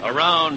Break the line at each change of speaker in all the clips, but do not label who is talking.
from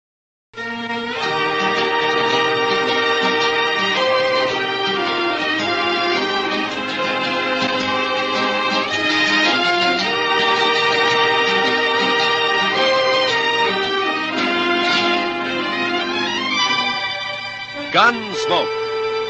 Gunsmoke,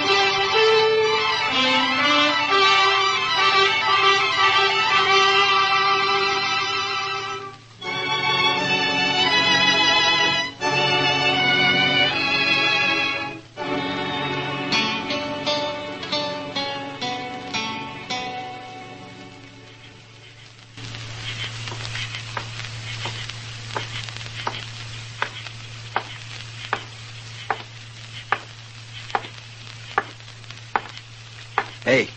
Hey.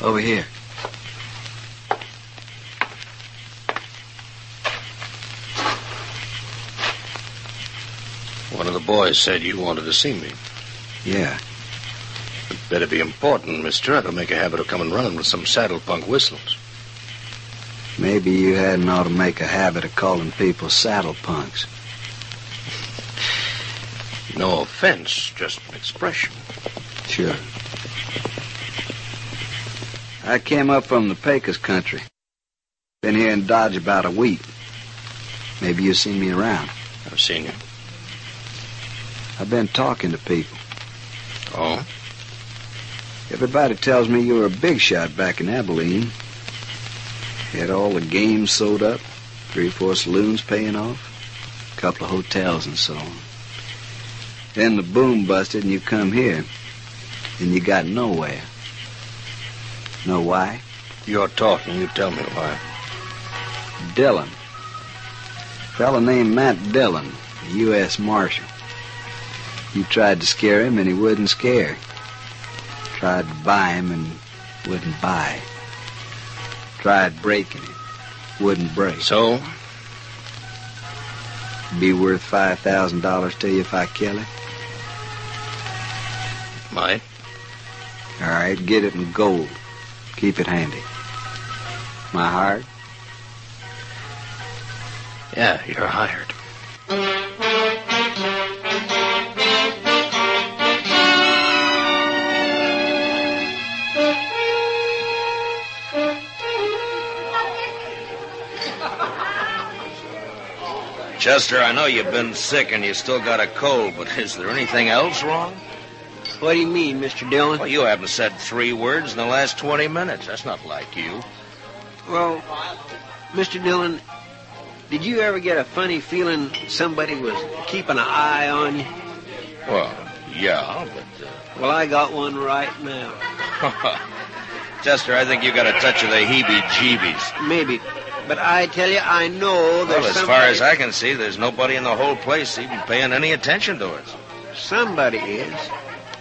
Over here.
One of the boys said you wanted to see me.
Yeah.
It better be important, mister. I don't make a habit of coming running with some saddle punk whistles.
Maybe you hadn't ought to make a habit of calling people saddle punks.
No offense, just an expression.
Sure. I came up from the Pecos country. Been here in Dodge about a week. Maybe you've seen me around.
I've seen you.
I've been talking to people.
Oh?
Everybody tells me you were a big shot back in Abilene. Had all the games sold up, three or four saloons paying off, a couple of hotels and so on. Then the boom busted and you come here, and you got nowhere. Know why?
You're talking. You tell me why.
Dillon. Fella named Matt Dillon, a U.S. Marshal. You tried to scare him and he wouldn't scare. Tried to buy him and wouldn't buy. Tried breaking him, wouldn't break.
So?
Be worth five thousand dollars to you if I kill him.
Might.
All right, get it in gold. Keep it handy. My heart,
Yeah, you're hired.
Chester, I know you've been sick and you still got a cold, but is there anything else wrong?
What do you mean, Mr. Dillon?
Well, you haven't said three words in the last 20 minutes. That's not like you.
Well, Mr. Dillon, did you ever get a funny feeling somebody was keeping an eye on you?
Well, yeah, but.
Well, I got one right now.
Uh, Chester, I think you got a touch of the heebie jeebies.
Maybe. But I tell you, I know there's
Well, as far
somebody-
as I can see, there's nobody in the whole place even paying any attention to us.
Somebody is.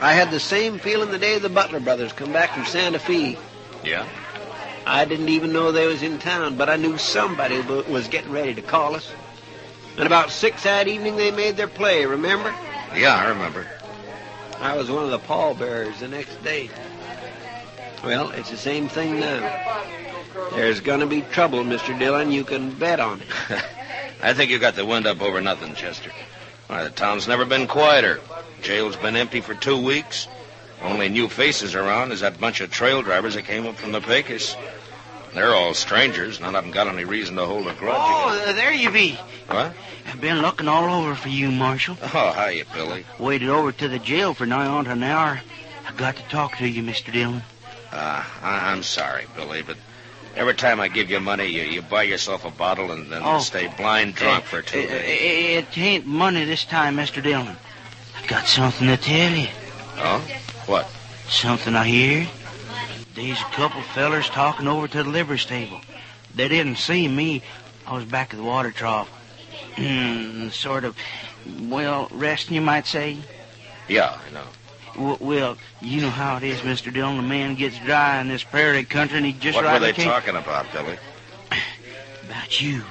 I had the same feeling the day the Butler brothers come back from Santa Fe.
Yeah?
I didn't even know they was in town, but I knew somebody wa- was getting ready to call us. And about six that evening, they made their play, remember?
Yeah, I remember.
I was one of the pallbearers the next day. Well, it's the same thing now. There's going to be trouble, Mr. Dillon. You can bet on it.
I think you got the wind up over nothing, Chester. Why, the town's never been quieter. Jail's been empty for two weeks. Only new faces around is that bunch of trail drivers that came up from the Pecos. They're all strangers. None of them got any reason to hold a grudge.
Oh, uh, there you be.
against- What?
I've been looking all over for you, Marshal.
Oh, hiya, Billy.
Waited over to the jail for nigh on to an hour. I got to talk to you, Mr. Dillon.
Uh, I- I'm sorry, Billy, but every time I give you money, you, you buy yourself a bottle and then
Oh.
stay blind drunk
Eh,
for two
eh,
days.
eh, It ain't money this time, Mr. Dillon. I got something to tell you.
Oh? What?
Something I hear. These couple fellers talking over to the livery stable. They didn't see me. I was back at the water trough. Hmm, sort of, well, resting, you might say.
Yeah, I know.
W- well, you know how it is, Mr. Dillon. The man gets dry in this prairie country, and he just
what
right
were they
can't...
talking about, Billy?
About you.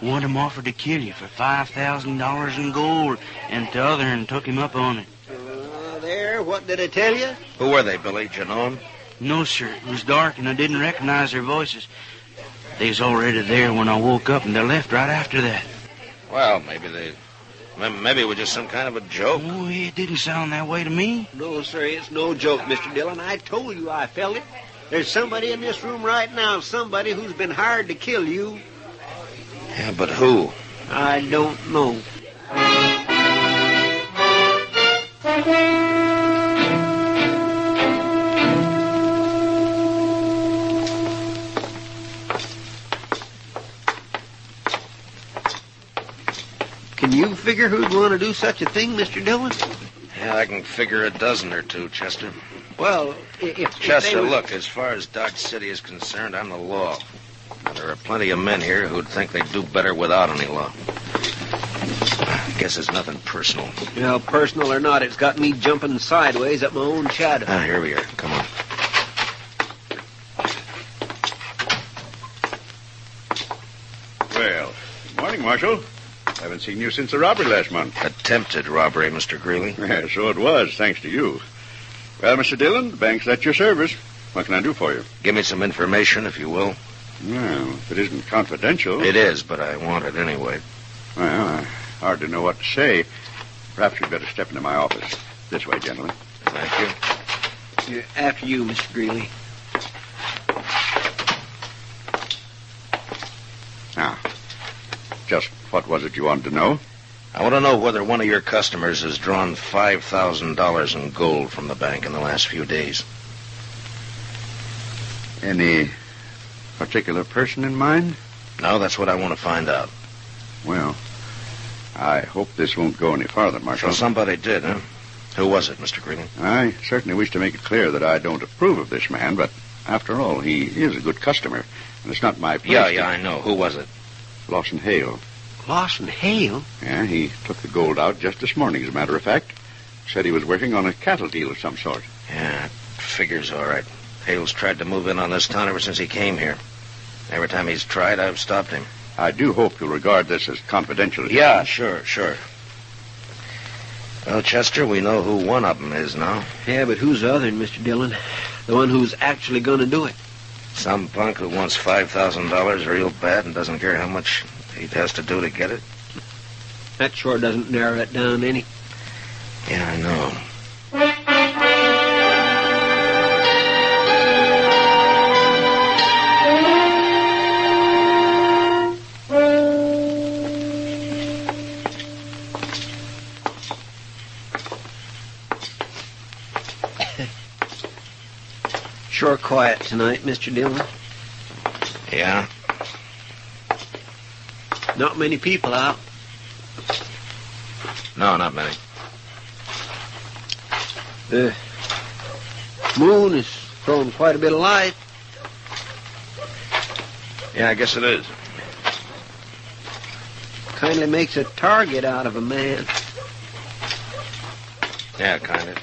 One of 'em offered to kill you for $5,000 in gold, and the other one took him up on it.
Uh, there, what did I tell you?
Who were they, Billy? Did you know 'em?
No, sir. It was dark, and I didn't recognize their voices. They was already there when I woke up, and they left right after that.
Well, maybe they. m- Maybe it was just some kind of a joke.
Oh, it didn't sound that way to me.
No, sir, it's no joke, Mr. Dillon. I told you I felt it. There's somebody in this room right now, somebody who's been hired to kill you.
Yeah, but who?
I don't know. Can you figure who'd want to do such a thing, Mr. Dillon?
Yeah, I can figure a dozen or two, Chester.
Well, i- if, if
Chester,
they was-
look, as far as Dodge City is concerned, I'm the law. There are plenty of men here who'd think they'd do better without any law. I guess it's nothing personal.
You know, personal or not, it's got me jumping sideways at my own shadow.
Ah, here we are. Come on.
Well, good morning, Marshal. Haven't seen you since the robbery last month.
Attempted robbery, Mr. Greeley.
Yeah, so it was, thanks to you. Well, Mr. Dillon, the bank's at your service. What can I do for you?
Give me some information, if you will.
Well, if it isn't confidential.
It is, but I want it anyway.
Well, I hardly know what to say. Perhaps you'd better step into my office. This way, gentlemen.
Thank you.
Yeah, After you, Mr. Greeley.
Just what was it you wanted to know?
I want to know whether one of your customers has drawn $5,000 in gold from the bank in the last few days.
Any particular person in mind?
No, that's what I want to find out.
Well, I hope this won't go any farther,
So
Marshal.
somebody did, huh? Who was it, Mr. Greeley?
I certainly wish to make it clear that I don't approve of this man, but after all, he is a good customer, and it's not my place.
Yeah,
to-
yeah, I know. Who was it?
Lawson Hale.
Lawson Hale?
Yeah, he took the gold out just this morning, as a matter of fact. Said he was working on a cattle deal of some sort.
Yeah, figures all right. Hale's tried to move in on this town ever since he came here. Every time he's tried, I've stopped him.
I do hope you'll regard this as confidential.
Yeah, sure, sure. Well, Chester, we know who one of them is now.
Yeah, but who's the other, than Mr. Dillon? The one who's actually going to do it.
Some punk who wants $5,000 real bad and doesn't care how much he has to do to get it.
That sure doesn't narrow it down any.
Yeah, I know.
Sure quiet tonight, Mr. Dillon.
Yeah?
Not many people out.
No, not many.
The moon is throwing quite a bit of light.
Yeah, I guess it is.
Kindly makes a target out of a man.
Yeah, kind of.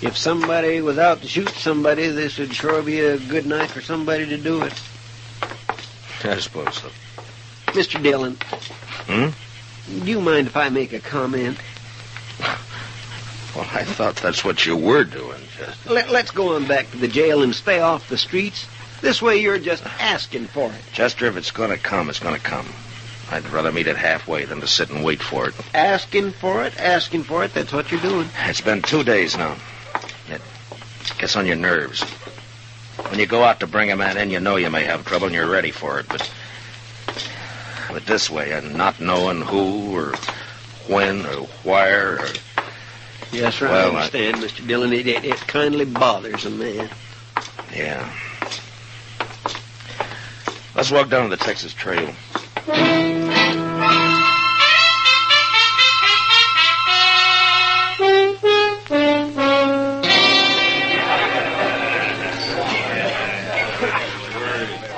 If somebody was out to shoot somebody, this would sure be a good night for somebody to do it.
I suppose so.
Mr. Dillon.
Hmm?
Do you mind if I make a comment?
Well, I thought that's what you were doing, Chester.
Let, let's go on back to the jail and stay off the streets. This way you're just asking for it.
Chester, if it's going to come, it's going to come. I'd rather meet it halfway than to sit and wait for it.
Asking for it, asking for it, that's what you're doing.
It's been two days now. It gets on your nerves. When you go out to bring a man in, you know you may have trouble and you're ready for it, but. But this way, and not knowing who or when or where, or,
Yes, sir,
Well, I-
I understand, Mr. Dillon. It, it, it kindly bothers a man.
yeah. Let's walk down to the Texas Trail.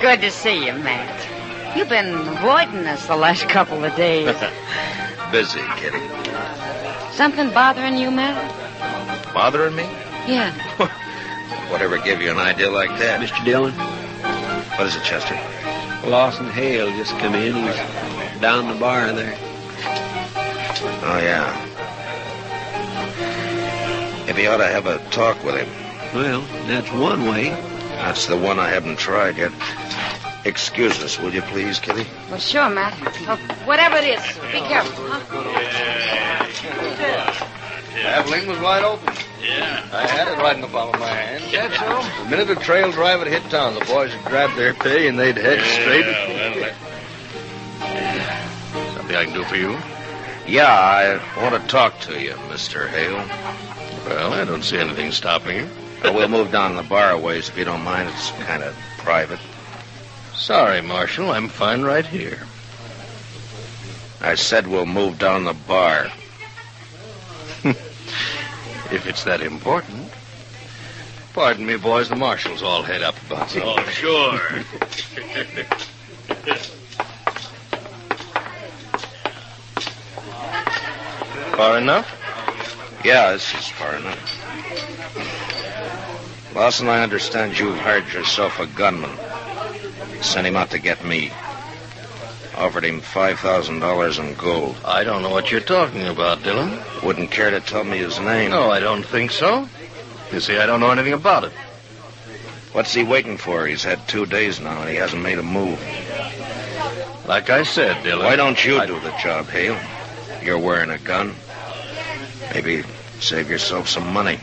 Good to see you, Matt. You've been avoiding us the last couple of days.
busy, Kitty.
Something bothering you, Matt?
Bothering me?
Yeah.
Whatever gave you an idea like that?
Mr. Dillon,
What is it, Chester?
Lawson Hale just come in. He's down the bar there.
Oh, yeah. Maybe you ought to have a talk with him.
Well, that's one way.
That's the one I haven't tried yet. Excuse us, will you please, Kitty?
Well, sure, Matt. Oh, whatever it is, be careful. Huh?
Abilene was wide open. Yeah. I had it right in the palm of my hand. That's so? The minute the trail driver hit town, the boys would grab their pay and they'd head straight.
Something I can do for you?
Yeah, I want to talk to you, Mr. Hale.
Well, I don't see anything stopping you.
Uh, we'll move down the bar a ways if you don't mind. It's kind of private.
Sorry, Marshal. I'm fine right here.
I said we'll move down the bar.
If it's that important. Pardon me, boys. The marshal's all head up about it.
Oh, sure.
Far enough?
Yeah, this is far enough. Lawson, I understand you've hired yourself a gunman. Sent him out to get me. Offered him $5,000 in gold.
I don't know what you're talking about, Dillon.
Wouldn't care to tell me his name.
No, I don't think so. You see, I don't know anything about it.
What's he waiting for? He's had two days now and he hasn't made a move.
Like I said, Dillon.
Why don't you do the job, Hale? You're wearing a gun. Maybe save yourself some money.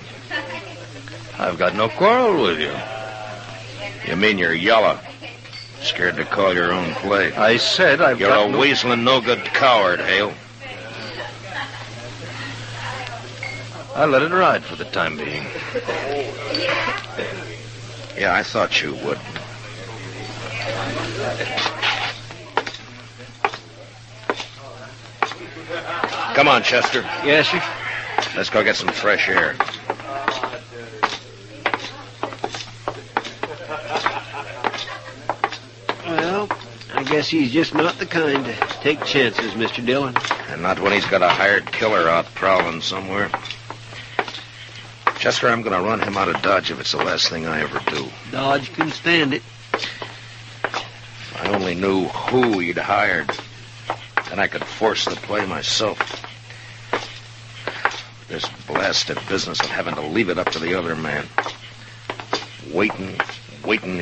I've got no quarrel with you.
You mean you're yellow? Scared to call your own play.
I said I've
You're
got
a
no...
weaseling, no good coward, Hale.
I let it ride for the time being.
Yeah, I thought you would. Come on, Chester.
Yes, sir.
Let's go get some fresh air.
Well, I guess he's just not the kind to take chances, Mr. Dillon.
And not when he's got a hired killer out prowling somewhere. Chester, I'm going to run him out of Dodge if it's the last thing I ever do.
Dodge can stand it.
If I only knew who he'd hired. Then I could force the play myself. This blasted business of having to leave it up to the other man. Waiting, waiting.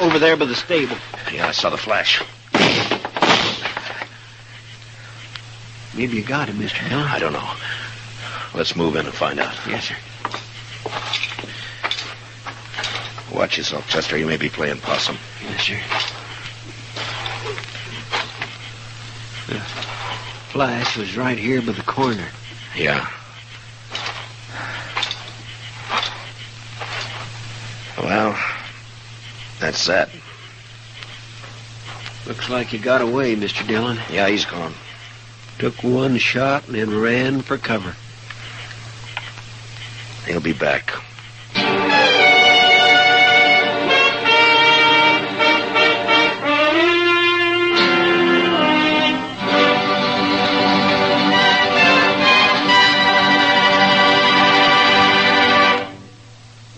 Over there by the stable.
Yeah, I saw the flash.
Maybe you got him, Mr. Dillon.
I don't know. Let's move in and find out.
Yes, sir.
Watch yourself, Chester. You may be playing possum.
Yes, sir. The flash was right here by the corner.
Yeah. Well, that's that.
Looks like you got away, Mr. Dillon.
Yeah, he's gone.
Took one shot and then ran for cover.
He'll be back.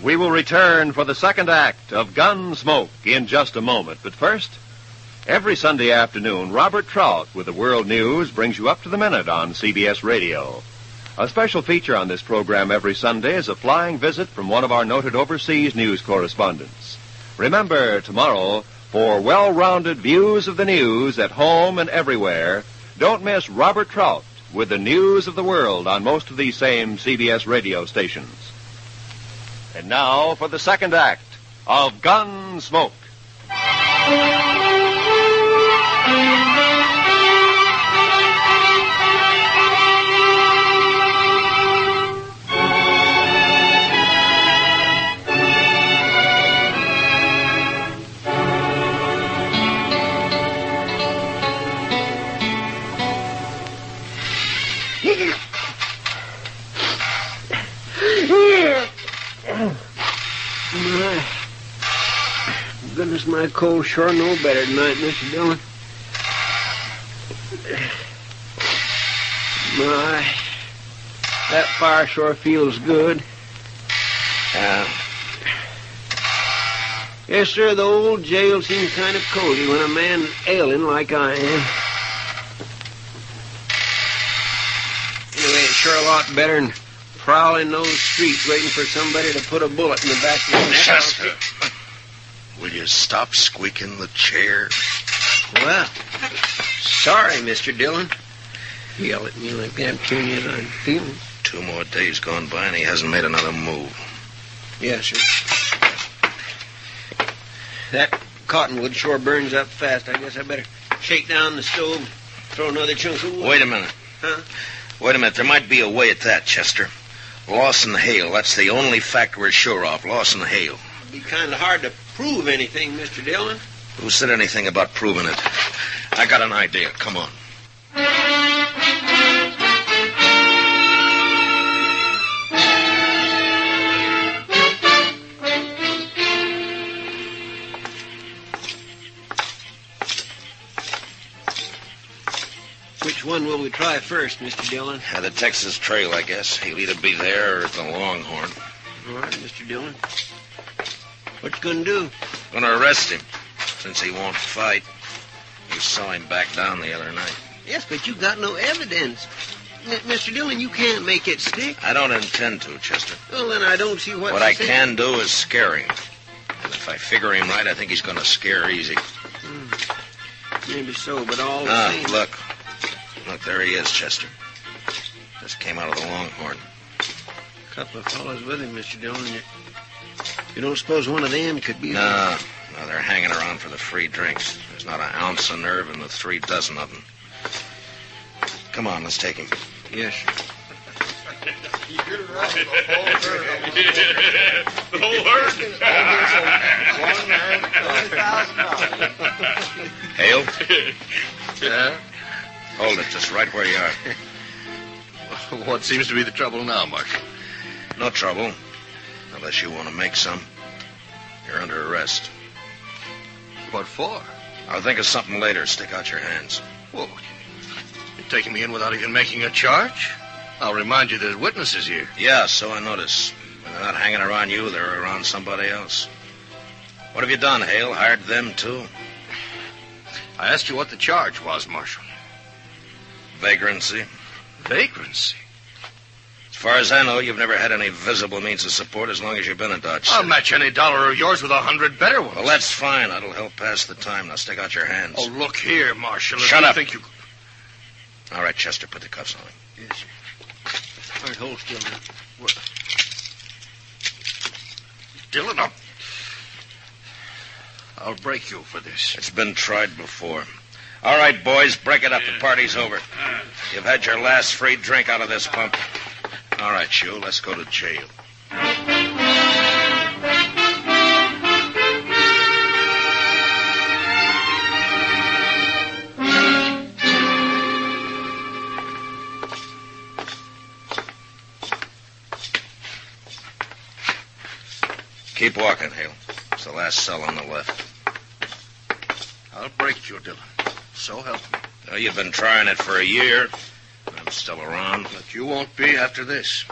We will return for the second act of Gunsmoke in just a moment. But first, every Sunday afternoon, Robert Trout with the World News brings you up to the minute on CBS Radio. A special feature on this program every Sunday is a flying visit from one of our noted overseas news correspondents. Remember, tomorrow, for well-rounded views of the news at home and everywhere, don't miss Robert Trout with the news of the world on most of these same CBS radio stations. And now for the second act of Gunsmoke.
My goodness, my cold sure know better tonight, Mr. Dillon. My, that fire sure feels good. Uh, yes, sir, the old jail seems kind of cozy when a man's ailing like I am. Anyway, it's sure a lot better than prowling those streets waiting for somebody to put a bullet in the back of your neck.
Chester, will you stop squeaking the chair?
Well, sorry, Mr. Dillon. You yell at me like that, puny as I'm feeling.
Two more days gone by and he hasn't made another move.
Yes, sir. That cottonwood sure burns up fast. I guess I better shake down the stove, throw another chunk of wood.
Wait a minute.
Huh?
Wait a minute. There might be a way at that, Chester. Lawson Hale. That's the only fact we're sure of. Lawson Hale.
It'd be kind of hard to prove anything, Mr. Dillon.
Who said anything about proving it? I got an idea. Come on.
Which one will we try first, Mr. Dillon?
Yeah, the Texas Trail, I guess. He'll either be there or at the Longhorn.
All right, Mr. Dillon. What you gonna do?
Gonna arrest him, since he won't fight. You saw him back down the other night.
Yes, but you got no evidence. M- Mr. Dillon, you can't make it stick.
I don't intend to, Chester.
Well, then I don't see what.
what I
to say.
can do is scare him. And if I figure him right, I think he's gonna scare easy.
Maybe so, but all the
Ah,
same.
look. Look, there he is, Chester. Just came out of the Longhorn.
couple of fellows with him, Mr. Dillon. You, you don't suppose one of them could be.
No, no, they're hanging around for the free drinks. There's not an ounce of nerve in the three dozen of them. Come on, let's take him.
Yes.
Hale? Hold it just right where you are.
What seems to be the trouble now, Mark?
No trouble. Unless you want to make some. You're under arrest.
What for?
I'll think of something later. Stick out your hands.
Well, you're taking me in without even making a charge? I'll remind you there's witnesses here.
Yeah, so I notice. When they're not hanging around you, they're around somebody else. What have you done, Hale? Hired them, too?
I asked you what the charge was, Marshal.
Vagrancy?
Vagrancy.
As far as I know, you've never had any visible means of support as long as you've been a Dodge.
Oh,
I'll
citizen.
match any dollar of yours with a hundred better ones.
Well, that's fine. That'll help pass the time. Now stick out your hands.
Oh, look here, Marshal. If
Shut
you
up.
Think you...
All right, Chester, put the cuffs on him.
Yes, sir. All right, hold still now.
Dillon, I'll... I'll break you for this.
It's been tried before. All right, boys, break it up. The party's over. You've had your last free drink out of this pump. All right, Shue, let's go to jail. Keep walking, Hale. It's the last cell on the left.
I'll break you, Dillon. So help me.
Well, you've been trying it for a year. I'm still around.
But you won't be after this.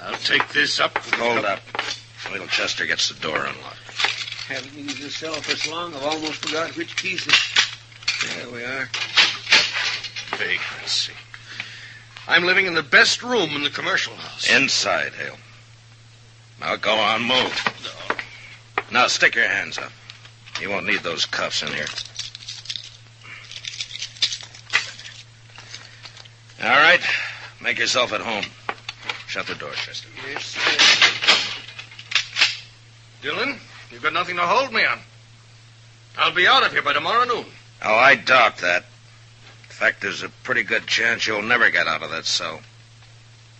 I'll take this up. with the
Hold
cup-
up. Little Chester gets the door unlocked.
Haven't used this cell for so long, I've almost forgot which piece it. There we are.
Vagrancy. I'm living in the best room in the commercial house.
Inside, Hale. Now go on, move. Now stick your hands up. You won't need those cuffs in here. All right. Make yourself at home. Shut the door, Chester.
Yes, sir. Dillon, you've got nothing to hold me on. I'll be out of here by tomorrow noon.
Oh, I doubt that. In fact, there's a pretty good chance you'll never get out of that cell.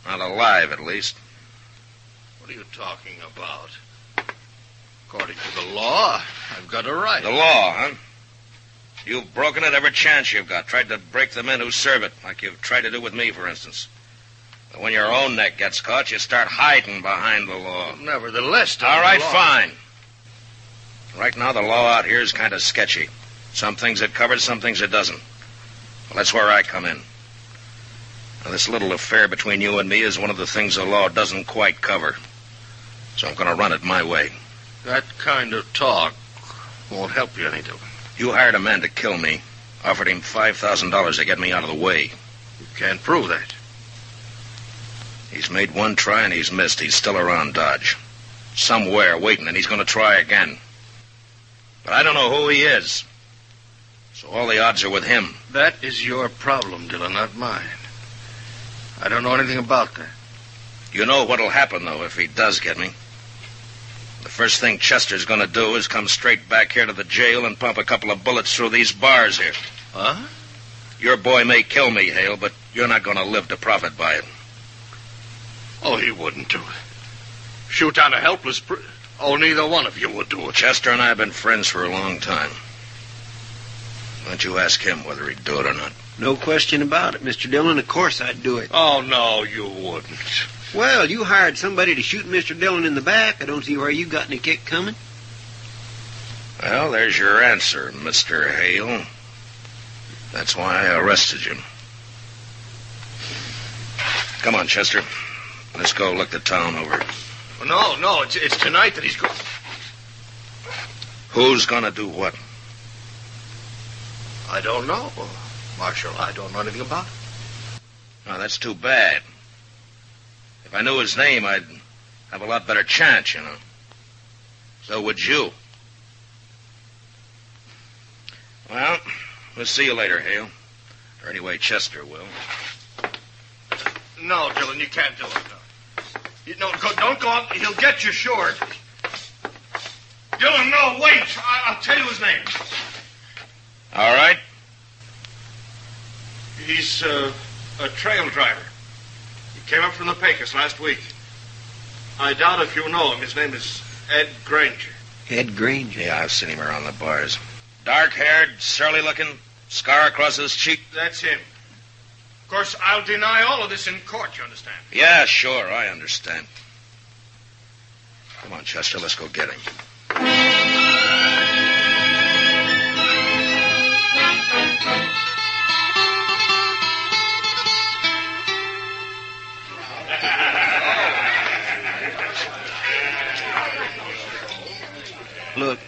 Not alive, at least.
What are you talking about? According to the law, I've got a right.
The law, huh? You've broken it every chance you've got. Tried to break the men who serve it, like you've tried to do with me, for instance. But when your own neck gets caught, you start hiding behind the law.
Nevertheless, under
All right,
the law-
fine. Right now, the law out here is kind of sketchy. Some things it covers, some things it doesn't. Well, that's where I come in. Now, this little affair between you and me is one of the things the law doesn't quite cover. So I'm going to run it my way.
That kind of talk won't help you any, Dillon.
You hired a man to kill me, offered him $5,000 to get me out of the way.
You can't prove that.
He's made one try and he's missed. He's still around Dodge. Somewhere waiting, and he's going to try again. But I don't know who he is. So all the odds are with him.
That is your problem, Dillon, not mine. I don't know anything about that.
You know what'll happen, though, if he does get me. The first thing Chester's going to do is come straight back here to the jail and pump a couple of bullets through these bars here.
Huh?
Your boy may kill me, Hale, but you're not going to live to profit by it.
Oh, he wouldn't do it. Shoot down a helpless. Pr- oh, neither one of you would do it.
Chester and I have been friends for a long time. Why don't you ask him whether he'd do it or not?
No question about it, Mr. Dillon. Of course I'd do it.
Oh, no, you wouldn't.
Well, you hired somebody to shoot Mr. Dillon in the back. I don't see where you got any kick coming.
Well, there's your answer, Mr. Hale. That's why I arrested you. Come on, Chester. Let's go look the town over.
Well, no, no, it's, it's tonight that he's going.
Who's going to do what?
I don't know, Marshal. I don't know anything about it.
Oh, that's too bad. If I knew his name, I'd have a lot better chance, you know. So would you. Well, we'll see you later, Hale. Or anyway, Chester will.
No, Dillon, you can't do it. No, you, no go, don't go up. He'll get you short. Dillon, no, wait. I, I'll tell you his name.
All right.
He's uh, a trail driver. He came up from the Pecos last week. I doubt if you know him. His name is Ed Granger.
Ed Granger.
Yeah, I've seen him around the bars. Dark haired, surly looking, scar across his cheek.
That's him. Of course, I'll deny all of this in court, you understand?
Yeah, sure, I understand. Come on, Chester, let's go get him.
Look,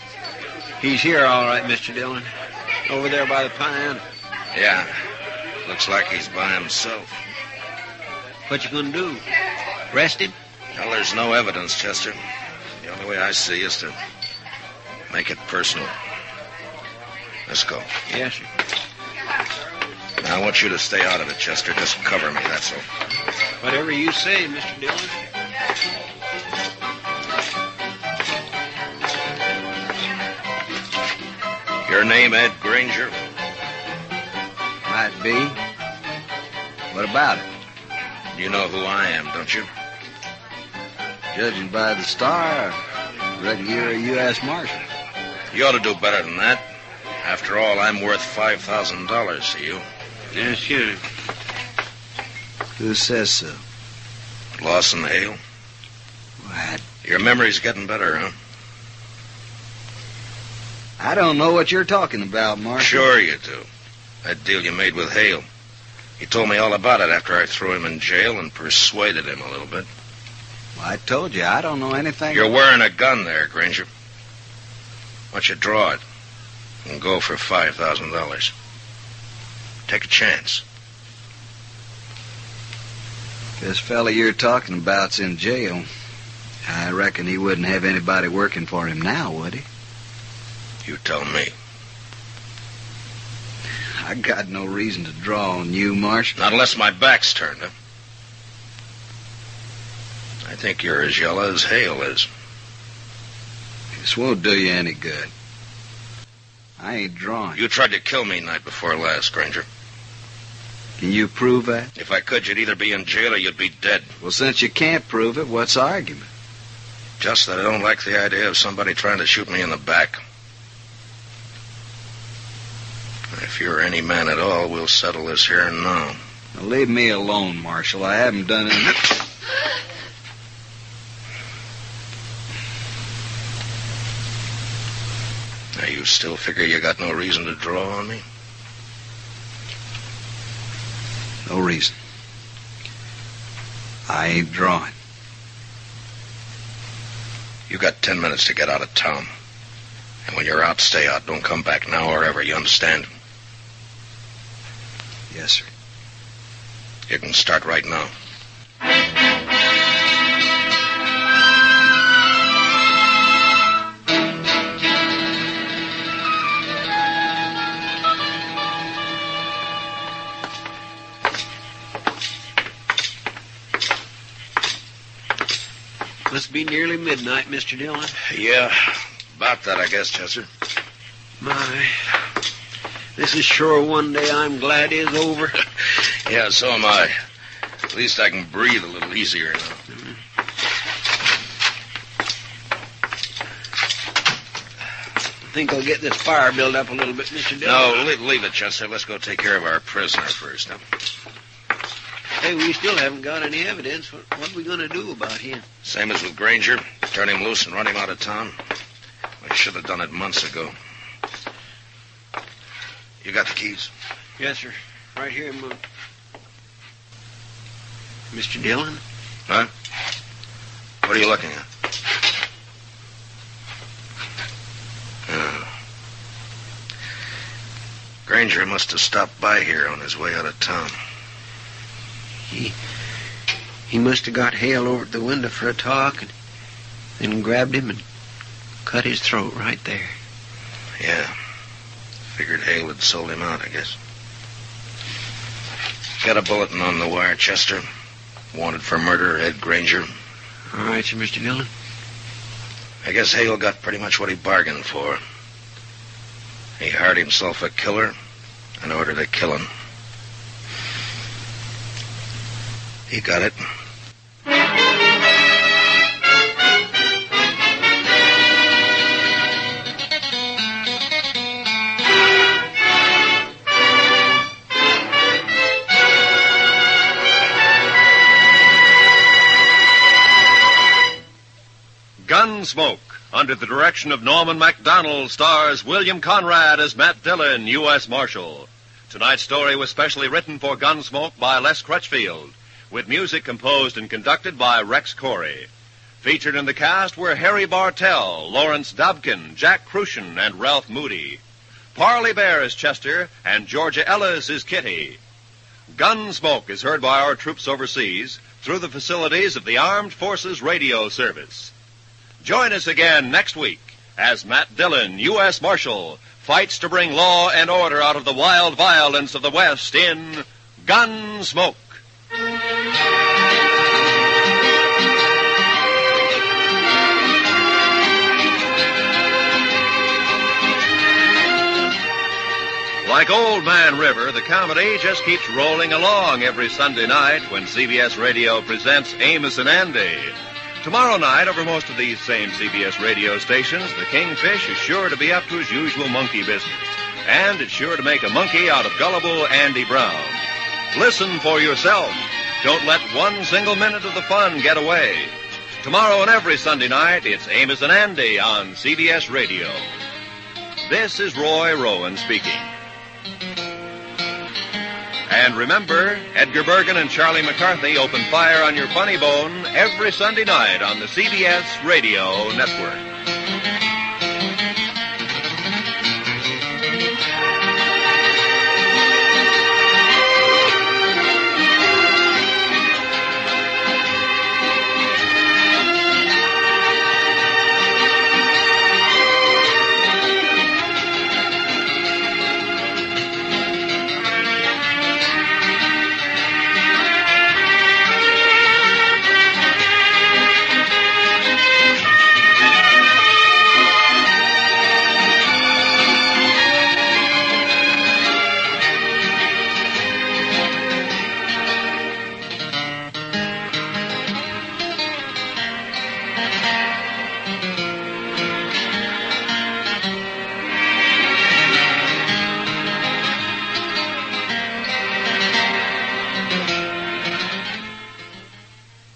he's here all right, Mr. Dillon. Over there by the pine.
Yeah, looks like he's by himself.
What you gonna do? Arrest him?
Well, there's no evidence, Chester. The only way I see is to make it personal. Let's go.
Yes, sir.
Now, I want you to stay out of it, Chester. Just cover me, that's all.
Whatever you say, Mr. Dillon.
Your name, Ed Granger?
Might be. What about it?
You know who I am, don't you?
Judging by the star, I reckon you're a U.S. Marshal.
You ought to do better than that. After all, I'm worth $5,000 to you.
Yes, sure.
Who says so?
Lawson Hale,
Why,
your memory's getting better, huh?
I don't know what you're talking about, Marshal.
Sure you do. That deal you made with Hale. He told me all about it after I threw him in jail and persuaded him a little bit.
Well, I told you, I don't know anything.
You're wearing a gun there, Granger. Why don't you draw it and go for $5,000? Take a chance.
This fella you're talking about's in jail. I reckon he wouldn't have anybody working for him now, would he?
You tell me.
I got no reason to draw on you, Marshal.
Not unless my back's turned, huh? I think you're as yellow as Hale is.
This won't do you any good. I ain't drawing.
You tried to kill me night before last, Granger.
Can you prove that?
If I could, you'd either be in jail or you'd be dead.
Well, since you can't prove it, what's the argument?
Just that I don't like the idea of somebody trying to shoot me in the back. If you're any man at all, we'll settle this here and now.
Now, leave me alone, Marshal. I haven't done anything.
Now, you still figure you got no reason to draw on me?
No reason. I ain't drawing.
You got ten minutes to get out of town. And when you're out, stay out. Don't come back now or ever. You understand?
Yes, sir.
You can start right now.
Must be nearly midnight, Mr. Dillon.
Yeah, about that, I guess, Chester.
My. This is sure one day I'm glad is over.
Yeah, so am I. At least I can breathe a little easier now.
I think I'll get this fire built up a little bit, Mr. Dillon.
No, leave, leave it, Chester. Let's go take care of our prisoner first.
Hey, we still haven't got any evidence. What, what are we going to do about him?
Same as with Granger. Turn him loose and run him out of town. We should have done it months ago. You got the keys?
Yes, sir. Right here, Moon. Mr. Dillon?
What are you looking at? Oh. Granger must have stopped by here on his way out of town.
He must have got Hale over at the window for a talk and then grabbed him and cut his throat right there.
Yeah. Figured Hale had sold him out, I guess. Got a bulletin on the wire, Chester. Wanted for murder, Ed Granger.
All right, sir, Mr. Dillon.
I guess Hale got pretty much what he bargained for. He hired himself a killer in order to kill him. He got it.
Gunsmoke, under the direction of Norman MacDonald, stars William Conrad as Matt Dillon, U.S. Marshal. Tonight's story was specially written for Gunsmoke by Les Crutchfield, with music composed and conducted by Rex Corey. Featured in the cast were Harry Bartell, Lawrence Dobkin, Jack Crucian, and Ralph Moody. Parley Bear is Chester, and Georgia Ellis is Kitty. Gunsmoke is heard by our troops overseas through the facilities of the Armed Forces Radio Service. Join us again next week as Matt Dillon, U.S. Marshal, fights to bring law and order out of the wild violence of the West in Gunsmoke. Like Old Man River, the comedy just keeps rolling along every Sunday night when CBS Radio presents Amos and Andy. Tomorrow night, over most of these same CBS radio stations, the kingfish is sure to be up to his usual monkey business. And it's sure to make a monkey out of gullible Andy Brown. Listen for yourself. Don't let one single minute of the fun get away. Tomorrow and every Sunday night, it's Amos and Andy on CBS Radio. This is Roy Rowan speaking. And remember, Edgar Bergen and Charlie McCarthy open fire on your funny bone every Sunday night on the CBS Radio Network.